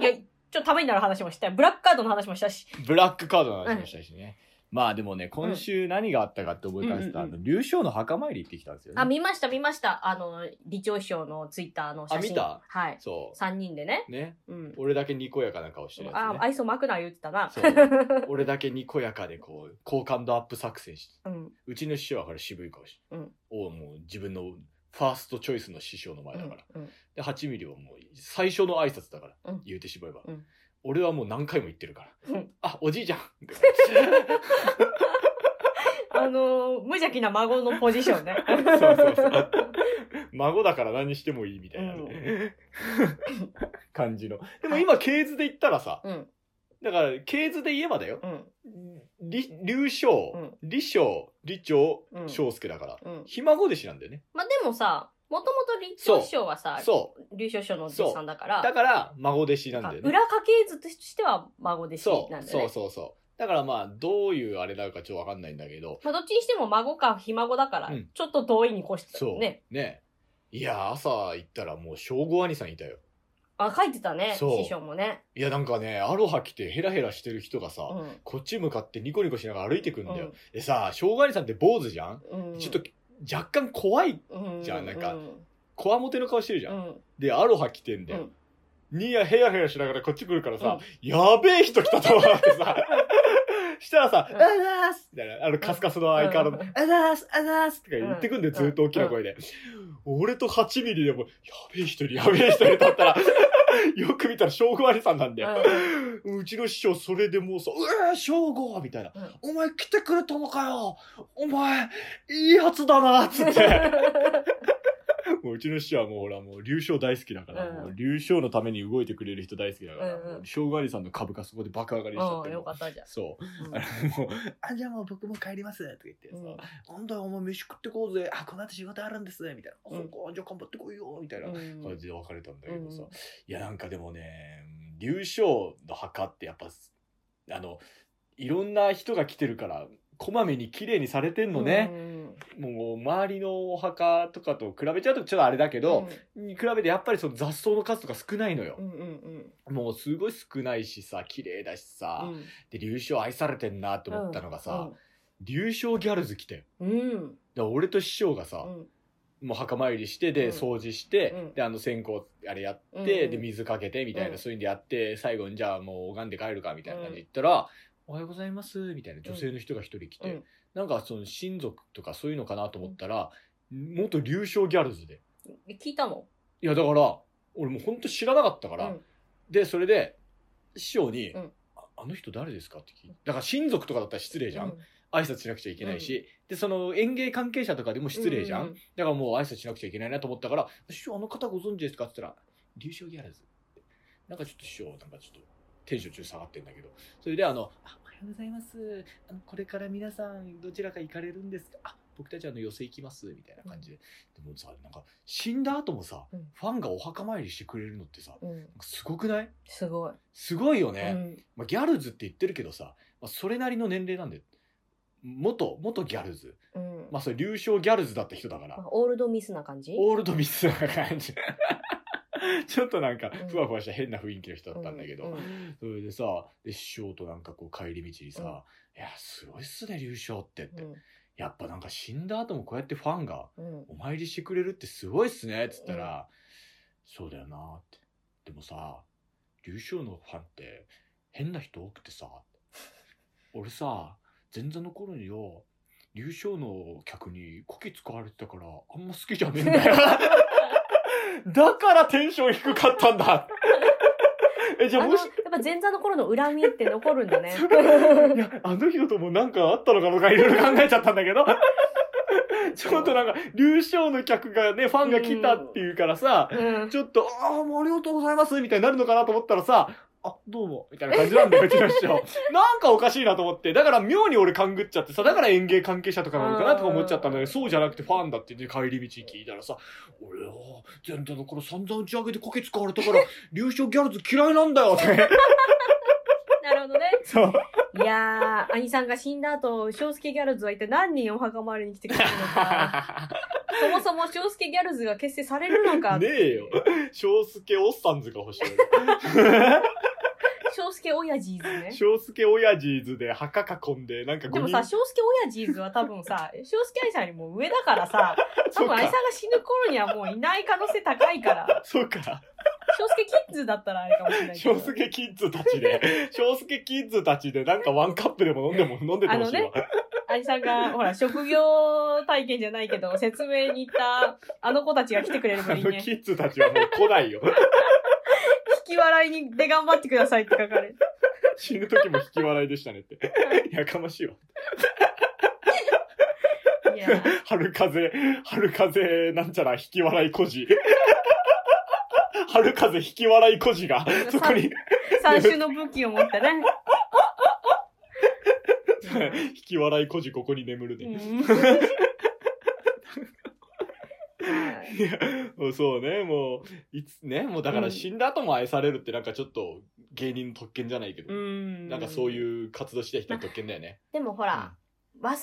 S2: いや、ちょっとためになる話もしたい。ブラックカードの話もしたし。
S1: ブラックカードの話もしたしね。まあでもね、今週何があったかって思い返すと、
S2: う
S1: あ
S2: んうんうん
S1: の、竜将の墓参り行ってきたんですよ
S2: あ、
S1: ね。
S2: 見ました見ました。あの、李長師匠のツイッターの写真。
S1: あ見た
S2: はい。
S1: そ
S2: 三人でね。
S1: う。ね。
S2: うん。
S1: 俺だけにこやかな顔してるや
S2: あ、愛想まくな言ってたな。
S1: つね。そう。俺だけにこやかでこう、好感度アップ作戦して。
S2: うん。
S1: うちの師匠はこれ渋い顔して。
S2: うん
S1: をもう自分のファーストチョイスの師匠の前だから。
S2: うん。
S1: で8ミリはもう最初の挨拶だから、
S2: うん
S1: 言うてしまえば、
S2: うん
S1: 俺はもう何回も言ってるから、
S2: うん
S1: あおじいちゃんって
S2: あのー無邪気な孫のポジション ね。
S1: そうそうそう孫だから何してもいいみたいなね、 感じのでも今系図で言ったらさ
S2: うん。
S1: だから系図で言えばだよ
S2: うん。
S1: り劉将
S2: うん
S1: 李将李長
S2: うん
S1: 翔介だから、
S2: うん。
S1: ひ孫弟子なんだよね
S2: まあ、でもさ、もともと立長師匠はさ、
S1: そう
S2: 劉少師匠のおじさんだから、
S1: だから孫弟子なんだよね
S2: 裏家系図としては孫弟子
S1: そう
S2: なんだよ
S1: そう
S2: ね。
S1: そうそうだからまあ、どういうあれだかちょっとわかんないんだけど、
S2: まあ、どっちにしても孫かひ孫だから
S1: うん、
S2: ちょっと同意に越してた
S1: そ
S2: よ
S1: う。
S2: ね。
S1: いや、朝行ったらもう小5兄さんいたよ。
S2: あ、書いてたね、
S1: そう
S2: 師匠もね。
S1: いや、なんかね、アロハ着てヘラヘラしてる人がさ、
S2: うん
S1: こっち向かってニコニコしながら歩いてくんだよ。
S2: うん
S1: でさ、小兄さんって坊主じゃん、
S2: うん。
S1: ちょっと若干怖い、
S2: うん、
S1: じゃあなんか
S2: うん
S1: こわもての顔してるじゃん。
S2: うん
S1: で、アロハ着てんだよ。ニヤヘヤヘヤしながらこっち来るからさ、やべえ人来たと思って さ、したらさ、
S2: う
S1: あ
S2: ん
S1: ざーすみたいな、あのカスカスの相変わらず、
S2: うん
S1: あざーすあざーすとか言ってくんだよ、
S2: うん
S1: ずっと大きな声で。俺と8ミリでも、やべえ一人、やべえ一人だった ら、よく見たら正午兄さんなんだよ。 うちの師匠、それでもうさ、うわー、正午みたいな。
S2: うん
S1: お前来てくれたのかよお前、いいやつだなつって。もううちの師匠はもうほら、もう流暢大好きだから、
S2: うん
S1: もう流暢のために動いてくれる人大好きだから、
S2: うんうん
S1: もう正午兄さんの株価そこで爆上がりしちゃっ
S2: う
S1: て
S2: ん、
S1: も
S2: よ
S1: う。
S2: かったじゃん。
S1: そう。
S2: うん
S1: あのもう、あ、じゃあもう僕も帰りますとか言ってさ、
S2: うん
S1: なんだよ、お前飯食ってこうぜ。あ、この後仕事あるんですね。みたいな。あ、
S2: う
S1: そ
S2: ん
S1: っか、じゃあ頑張ってこいよ。みたいな
S2: うん
S1: 感じで別れたんだけどさ、
S2: うん
S1: いやなんかでもね流暢の墓ってやっぱあのいろんな人が来てるからこまめに綺麗にされてんのね、もう周りのお墓とかと比べちゃうとちょっとあれだけ
S2: うん。
S1: ど、に比べてやっぱりその雑草の数とか少ないのよ
S2: う、んうんうん
S1: もうすごい少ないしさ綺麗だしさ、
S2: うん。
S1: で流暢愛されてんなと思ったのがさ、流暢ギャルズ来て
S2: うん。うん。
S1: 俺と師匠がさ、
S2: うん
S1: もう墓参りしてで
S2: うん
S1: 掃除して、
S2: うん
S1: であの線香あれやって、
S2: うんうん
S1: で水かけてみたいな、
S2: うん
S1: そういうんでやって最後にじゃあもう拝んで帰るかみたいな感じで言ったら、おはようございますみたいな女性の人が一人来て、
S2: うん
S1: なんかその親族とかそういうのかなと思ったら、元流暢ギャルズで
S2: え聞いたの
S1: いやだから俺もうほんと知らなかったから、
S2: うん
S1: でそれで師匠に、
S2: うん
S1: あ「あの人誰ですか?」って聞いてだから親族とかだったら失礼じゃん、
S2: うん
S1: 挨拶しなくちゃいけないし、でその園芸関係者とかでも失礼じゃん、
S2: う
S1: だからもう挨拶しなくちゃいけないなと思ったから、師匠、あの方ご存知ですかって言ったら、流暢ギャラズって。なんかちょっと師匠、なんかちょっとテンション中下がってんだけど、それであの、あおはようございます。あのこれから皆さん、どちらか行かれるんですかあ、僕たちあの寄席行きます。みたいな感じで。でもさ、なんか死んだ後もさ、
S2: うん
S1: ファンがお墓参りしてくれるのってさ、なんか
S2: うんうん。
S1: すごくない
S2: すごい。
S1: すごいよ
S2: う
S1: ね。
S2: ん。
S1: まあ、ギャルズって言ってるけどさ、まあ、それなりの年齢なんで、元、元ギャルズ。
S2: うん
S1: まあ、それ流暢ギャルズだった人だから
S2: まあ。オールドミスな感じ
S1: オールドミスな感 じ。ちょっとなんか
S2: うん、
S1: ふわふわした変な雰囲気の人だったんだけど、
S2: うんうん
S1: それでさ、で、師匠となんかこう帰り道にさ、いや、すごいっすね、流暢ってって、やっぱなんか死んだ後もこうやってファンが
S2: うんうん
S1: お参りしてくれるってすごいっすね、っつったら、そうだよなって。でもさ、流暢のファンって変な人多くて さ、俺さ、前座の頃によ、流暢の客にコケ使われてたから、あんま好きじゃねえんだ よ。だからテンション低かったん だ。え、じゃ
S2: あ
S1: あ
S2: の、
S1: も
S2: や
S1: し
S2: っ、ぱ前座の頃の恨みって残るんだ ね。
S1: いや、あの人ともなんかあったのかとかいろいろ考えちゃったんだけど。 ちょっとなんか、流暢の客がね、ファンが来たっていうからさ、
S2: うん。
S1: ちょっと、ああ、もうありがとうございますみたいになるのかなと思ったらさ、あ、どうも、みたいな感じなんだよ、うちの師匠。なんかおかしいなと思って、だから妙に俺勘ぐっちゃってさ、だから園芸関係者とかなのかなとか思っちゃったんだけど、そうじゃなくてファンだって言って帰り道聞いたらさ、俺は、全然の頃散々打ち上げてコケ使われたから、流暢ギャルズ嫌いなんだよって。
S2: なるほどね。
S1: そう。
S2: いやー、兄さんが死んだ後、翔介ギャルズは一体何人お墓参りに来てくれるの か。そもそも翔介ギャルズが結成されるのか。
S1: ねえよ。翔介おっさんずが欲しい。
S2: 翔介親父ーズね。
S1: 翔介親父図で墓囲んで、なんか
S2: で
S1: 5
S2: もさ、
S1: 人。
S2: 翔介親父ーズは多分 さ、翔介兄さんよりも上だからさ、多
S1: そう
S2: 分
S1: か
S2: 兄さんが死ぬ頃にはもういない可能性高いから、
S1: そうか。
S2: 翔介キッズだったらあれかもしれないけ
S1: 翔
S2: ど。
S1: 介キッズたちで、翔介キッズたちでなんかワンカップでも飲んで も、飲んでてほしいわ。
S2: 兄さんが、ほら、職業体験じゃないけど、説明に行った、あの子たちが来てくれれ
S1: あ
S2: ばいい
S1: の
S2: ね。
S1: キッズたちはもう来ないよ。
S2: 引き笑いにで頑張ってくださいって書かれて。
S1: 死ぬ時も引き笑いでしたねって。やかましいわ。
S2: いやー
S1: 春風、春風なんちゃら引き笑い孤児。春風引き笑い孤児が、そこに、
S2: 三種の武器を持ってね。
S1: 引き笑い孤児ここに眠るね。
S2: うんはい
S1: いや、そうね、もう、いつね、もうだから死んだ後も愛されるってなんかちょっと芸人の特権じゃないけど、
S2: ん
S1: なんかそう
S2: う。
S1: いう活動してきた特権だよね。
S2: でもほら、忘れ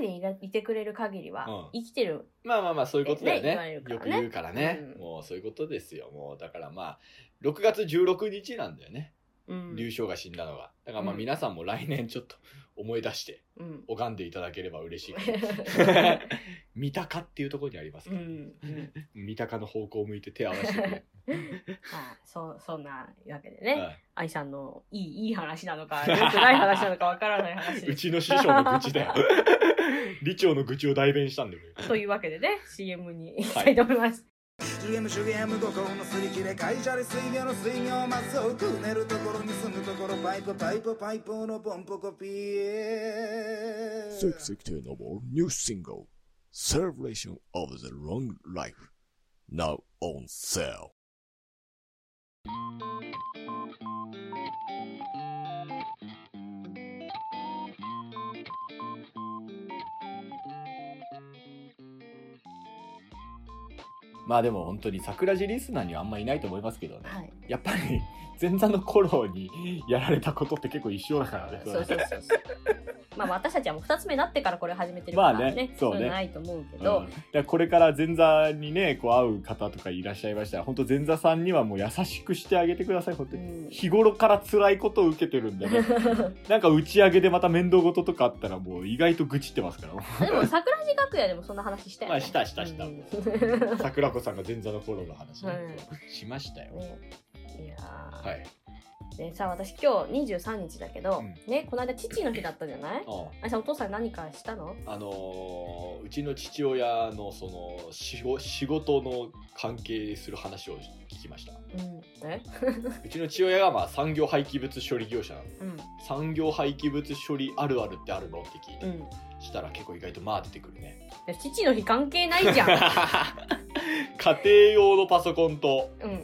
S2: ないでいらいてくれる限りは、
S1: う
S2: 生きてる。
S1: まあまあまあそういうことだよ
S2: ね
S1: ね。
S2: 言われるか
S1: よく
S2: らね
S1: 言うからね、
S2: うん
S1: もうそういうことですよ。もうだからまあ、6月16日なんだよね。
S2: うん。
S1: 劉翔が死んだのが。だからまあ
S2: うん
S1: 皆さんも来年ちょっと思い出して
S2: うん。
S1: 拝んでいただければ嬉しい。三鷹っていうところにあります
S2: う
S1: から、
S2: ん。うん
S1: 三鷹の方向を向いて手を合わせてくれ。
S2: はい、そう、そんなわけで
S1: う
S2: ね、
S1: ん
S2: 愛さんのいい、いい話なの か、良くない話なのかわからない話
S1: う
S2: です。
S1: ちの師匠の愚痴だよ。 理長の愚痴を代弁したんだよ。
S2: というわけでね、CM に行きたいと思います。
S5: GM 主義 M 五行のすり切れ会社で水魚の水魚まっすぐくねるところに住むところパイプパイプパイプのポンポコピエ
S6: Sexy Tenable new single, Celebration of the Long Life, now on sale.
S1: まあでも本当に桜地リスナーにはあんまいないと思いますけどね。
S2: はい。
S1: やっぱり前座の頃にやられたことって結構一緒だからね。
S2: そうそうそうそう。まあ私たちはもう二つ目になってからこれ始めてるからね、
S1: まあねそうね
S2: いのないと思うけ
S1: うんだ
S2: ど、
S1: からこれから前座にねこう会う方とかいらっしゃいましたら本当前座さんにはもう優しくしてあげてください本当に、
S2: うん
S1: 日頃から辛いことを受けてるんでね なんか打ち上げでまた面倒事とかあったらもう意外と愚痴ってます から
S2: でも桜地楽屋でもそんな話したよね。
S1: まあしたしたした
S2: うん
S1: 桜子さんが前座の頃の話、ね
S2: はい
S1: そうしましたよ、
S2: ねいやー、
S1: はい
S2: でさ私今日23日だけど、
S1: うん
S2: ねこの間父の日だったじゃない
S1: あ
S2: あいさんお父さん何かしたの
S1: ああのーうちの父親のその仕事仕事の関係する話を聞きました
S2: うんえ
S1: うちの父親がまあ産業廃棄物処理業者なの
S2: うん
S1: 産業廃棄物処理あるあるってあるのって聞いて、
S2: うん
S1: したら結構意外とまあ出てくる ね
S2: いや父の日関係ない じゃん、
S1: 家庭用のパソコンと
S2: うん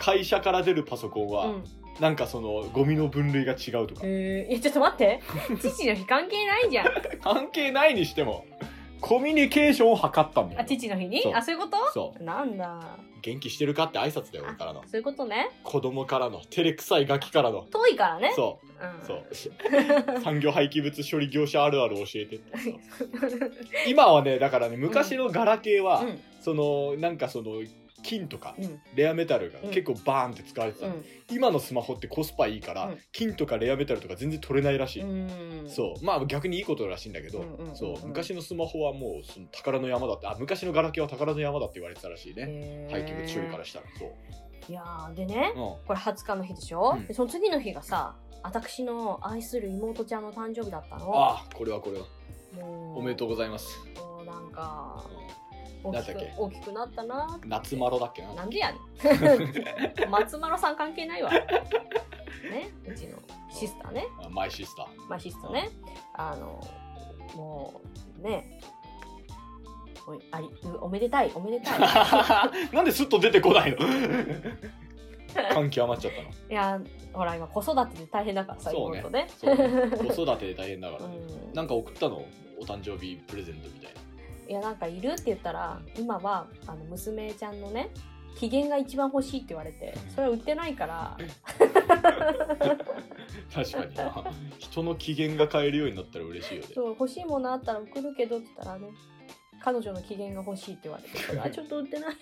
S1: 会社から出るパソコンは、
S2: うん、
S1: なんかそのゴミの分類が違うとか、
S2: えー、いやちょっと待って父の日関係な いじゃん
S1: 関係ないにしてもコミュニケーションを図ったんだよ
S2: あ父の日に
S1: そう
S2: あそういうこと
S1: そう
S2: なんだ
S1: 元気してるかって挨拶だよ俺からの
S2: そういうことね
S1: 子供からの照れくさいガキからの
S2: 遠いからね,、、
S1: そううんそう産業廃棄物処理業者あるある教えてってそう
S2: う
S1: 今はねだからね昔のガラケー は、
S2: ん
S1: そのなんかその金とか
S2: うん
S1: レアメタルが
S2: うん
S1: 結構バーンって使われてた
S2: う
S1: の、
S2: ん
S1: 今のスマホってコスパいいから、
S2: うん
S1: 金とかレアメタルとか全然取れないらしい、
S2: うん
S1: そうまあ逆にいいことらしいんだけど、
S2: うんうんうんうん
S1: そう昔のスマホはもうその宝の山だってあ昔のガラケーは宝の山だって言われてたらしいね
S2: へー
S1: 廃棄物処理からしたらそう、
S2: いやーでね
S1: う
S2: これ20日の日でしょ、
S1: うん
S2: でその次の日がさ私の愛する妹ちゃんの誕生日だった
S1: ん、
S2: の
S1: ああこれはこれは
S2: も
S1: おめでとうございます、
S2: もうなんか
S1: うなん
S2: 大きく
S1: だっけ
S2: 大きくなったなー
S1: ん夏マロだっけな
S2: なんでやね ん松丸さん関係ないわねうちのシスターね
S1: あマイシスター
S2: まあシスターねあのもうねおいありうおめでたいおめでたい
S1: なんですっと出てこないの 感極まっちゃったの
S2: いやほら今子育てで大変だからさ
S1: そうね
S2: 妹ね
S1: そうね子育てで大変だから、ね
S2: うん
S1: なんか送ったのお誕生日プレゼントみたいない
S2: やなんかいるって言ったら今はあの娘ちゃんのね機嫌が一番欲しいって言われてそれは売ってないから
S1: 確かにな人の機嫌が変えるようになったら嬉しいよね
S2: そう欲しいものあったら送るけどって言ったらね彼女の機嫌が欲しいって言われてそれはちょっと売ってない、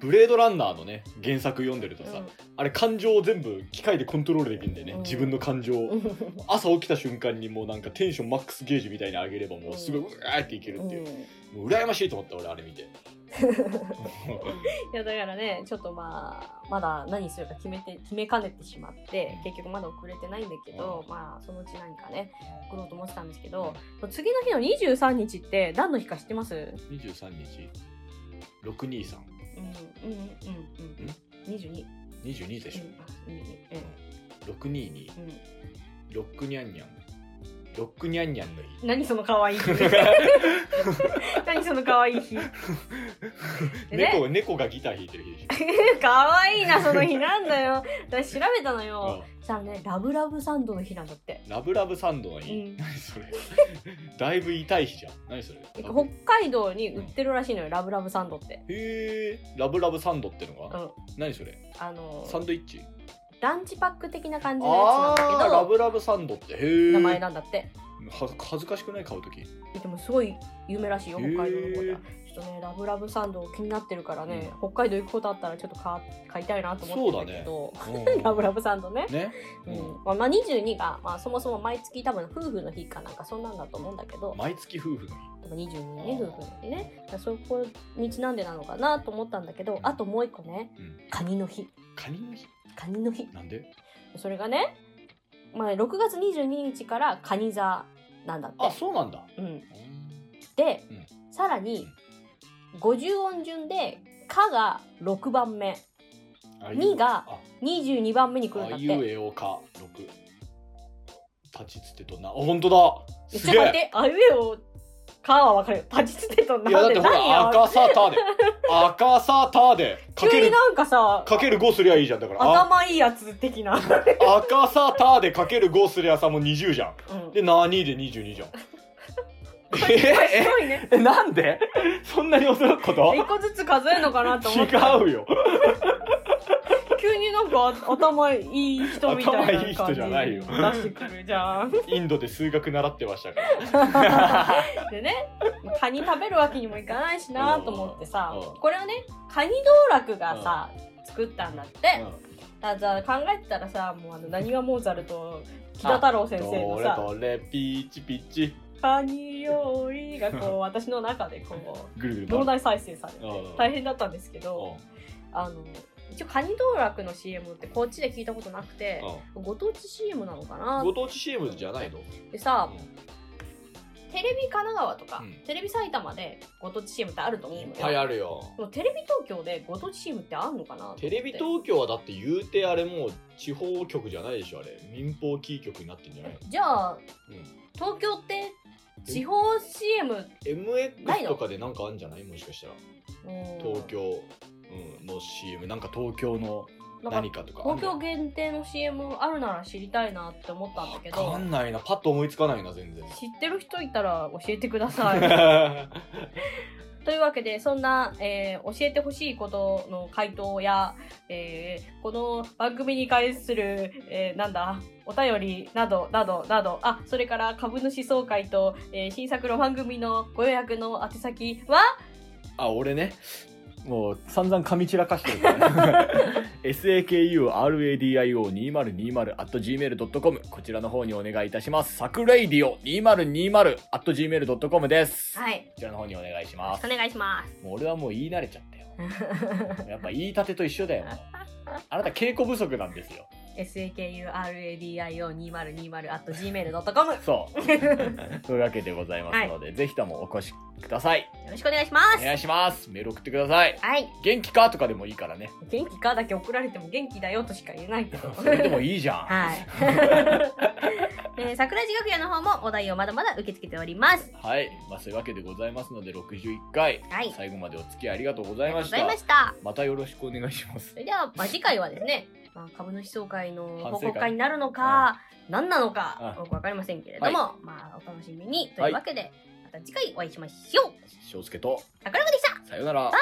S1: ブレードランナーのね原作読んでるとさ、
S2: う
S1: あれ感情を全部機械でコントロールできるんだよね、
S2: うん
S1: 自分の感情 を
S2: ん
S1: 朝起きた瞬間にもうなんかテンションマックスゲージみたいに上げればもうすごいうわーっていけるっていう,、
S2: い
S1: もう羨ましいと思った俺あれ見て
S2: やだからねちょっとまあまだ何するか決めて決めかねてしまって結局まだ送れてないんだけど、まあそのうち何かね送ろうと思ってたんですけど次の日の23日って何の日か知ってますうん
S1: 23日62322
S2: うんうんうんうん22
S1: 22でし
S2: うんうん
S1: ょ622
S2: うん
S1: ロックニャンニャンロックニャンニャンの日
S2: 何その可愛い日何その可愛い日でね
S1: 猫猫がギター弾いてる日でし
S2: 可愛いなその日なんだよ私調べたの
S1: ょ、うん
S2: よしたらねラブラブサンドの日なんだって
S1: ラブラブサンドの日、
S2: うん
S1: 何それ だいぶ痛い日じゃん何それ
S2: 北海道に売ってるらしいのよラブラブサンドって
S1: へえラブラブサンドっての
S2: う
S1: が、
S2: ん
S1: 何それ
S2: あの
S1: サンドイッチ
S2: ランチパック的な感じのや
S7: あ
S2: つな
S7: ー
S2: んだけ
S7: ラ
S2: ど
S7: ブラブサンドってへえ
S2: 名前なんだって
S7: は恥ずかしくない買う時
S2: でもすごい有名らしいよ
S7: へ
S2: 北
S7: ー
S2: 海道の方ではちょっとねラブラブサンド気になってるからね、北海道行くことあったらちょっと買買いたいなと思ってるんだけど ラブラブサンドね
S7: ね
S2: う
S7: うんん
S2: まあ、まあ22が、まあ、そもそも毎月多分夫婦の日かなんかそんなんだと思うんだけど、
S7: 毎月夫婦の
S2: でも22ね夫婦の日ねだからそこにちなんでなのかなと思ったんだけどあともう一個ね、
S7: うん
S2: カニの日
S7: カニの日
S2: カニの日
S7: なんで
S2: それがね、まあ、6月22日からカニ座なんだって
S7: あそうなんだ
S2: うん、
S7: うん
S2: で、
S7: うん
S2: さらに50音順で「か」が6番目
S7: あ
S2: 二が
S7: あ
S2: 22番目に来るん
S7: あ
S2: だっ
S7: いう
S2: て。
S7: えおか六。立ちつてとなあ本当だ
S2: 一
S7: す
S2: 応
S7: げ
S2: 待っ
S7: え
S2: て、あいうえおかはわかるよ。パチつてと
S7: いや
S2: な
S7: だ
S2: ん
S7: って
S2: で
S7: ほら
S2: 何よ。
S7: 赤さたで赤さたでか
S2: 急
S7: け
S2: に
S7: る
S2: なんかさ、
S7: かける5すりゃいいじゃんだからあ
S2: 頭いいやつ的な。
S7: 赤さたでかける5すりゃさもう20じゃん
S2: うん
S7: で何で22じゃん
S2: す
S7: え
S2: ごいね。
S7: えなんでそんなに驚くこと
S2: 一個ずつ数えるのかなと思って。
S7: 違うよ
S2: 急になんか頭いい人みたいな感
S7: 頭
S2: じ。
S7: いい人じゃないよ
S2: 出してくるじゃん。
S7: インドで数学習ってましたから
S2: でね、カニ食べるわけにもいかないしなと思ってさ
S7: うん、
S2: これはね、カニ道楽がさ、作ったんだって。あじゃあ考えてたらさ、もうあの、何がモーツァルト、北太郎先生のさ、
S7: どれどれピーチピーチ
S2: カニ料理がこう、私の中でこ
S7: ぐるぐ
S2: う、
S7: る
S2: 脳内再生されて、大
S7: 大
S2: 変だったんですけど、あの、一応カニ道楽の CM ってこっちで聞いたことなくて、ご当地 CM なのかな
S7: ご当地 CM じゃないの
S2: でさ
S7: う、
S2: テレビ神奈川とか、
S7: うん
S2: テレビ埼玉でご当地 CM ってあると思う
S7: いっ
S2: の
S7: ぱいあ
S2: よ。
S7: るよ
S2: でもテレビ東京でご当地 CM ってあんのかな
S7: テレビ東京はだって言うてあれもう地方局じゃないでしょあれ民放キー局になってんじゃないの
S2: じゃあ、
S7: うん
S2: 東京って地方 CM
S7: MX とかでなんかあるんじゃないもしかしたら
S2: うん
S7: 東京うんの CM なんか東京の
S2: なん
S7: 何
S2: か
S7: かとかあんじ
S2: 東
S7: ゃ
S2: 京
S7: ない
S2: 限定の CM あるなら知りたいなって思ったんだけ
S7: わか
S2: ど
S7: んないなパッと思いつかないな全然
S2: 知ってる人いたら教えてください。というわけで、そんな、えー教えてほしいことの回答や、えーこの番組に関する、えーなんだ、お便りなど、など、など、あ、それから株主総会と、えー新作の番組のご予約の宛先は、
S7: あ俺ね
S1: もう散々噛み散らかしてるから、 ね、sakuradio2020.gmail.com こちらの方にお願いいたしますサクレイディオ 2020.gmail.com です、
S2: はい、
S1: こちらの方にお願いし ます
S2: お願いします。
S1: もう俺はもう言い慣れちゃったよ やっぱ言い立てと一緒だよもうあなた稽古不足なんですよ
S2: sakuradio2020.gmail.com よ
S1: そう というわけでございますので、ぜひともお越しください
S2: ろしくお願いします
S1: お。願いしますメール送ってください
S2: はい。
S1: 元気かとかでもいいから ね
S2: 元気かだけ送られても元気だよとしか言えない けど。
S1: それでもいいじゃん
S2: はい。 えー桜地楽屋の方もお題をまだまだ受け付けております。
S1: はい、まあ、そういうわけでございますので61回、
S2: はい
S1: 最後までお付き合いありがとうござい
S2: ありがとう
S1: まし
S2: ござい
S1: た
S2: ました。
S1: またよろしくお願いします
S2: それでは、まあ、次回はですね、まあ、株主総会の
S1: 反省
S2: 報
S1: 会
S2: 告会になるのか、何なのか、
S1: うん
S2: よくわかりませんけれども、まあ、お楽しみに。というわけで、また次回お会いしましょう。
S1: 翔介と
S2: 桜子でした。
S1: さようなら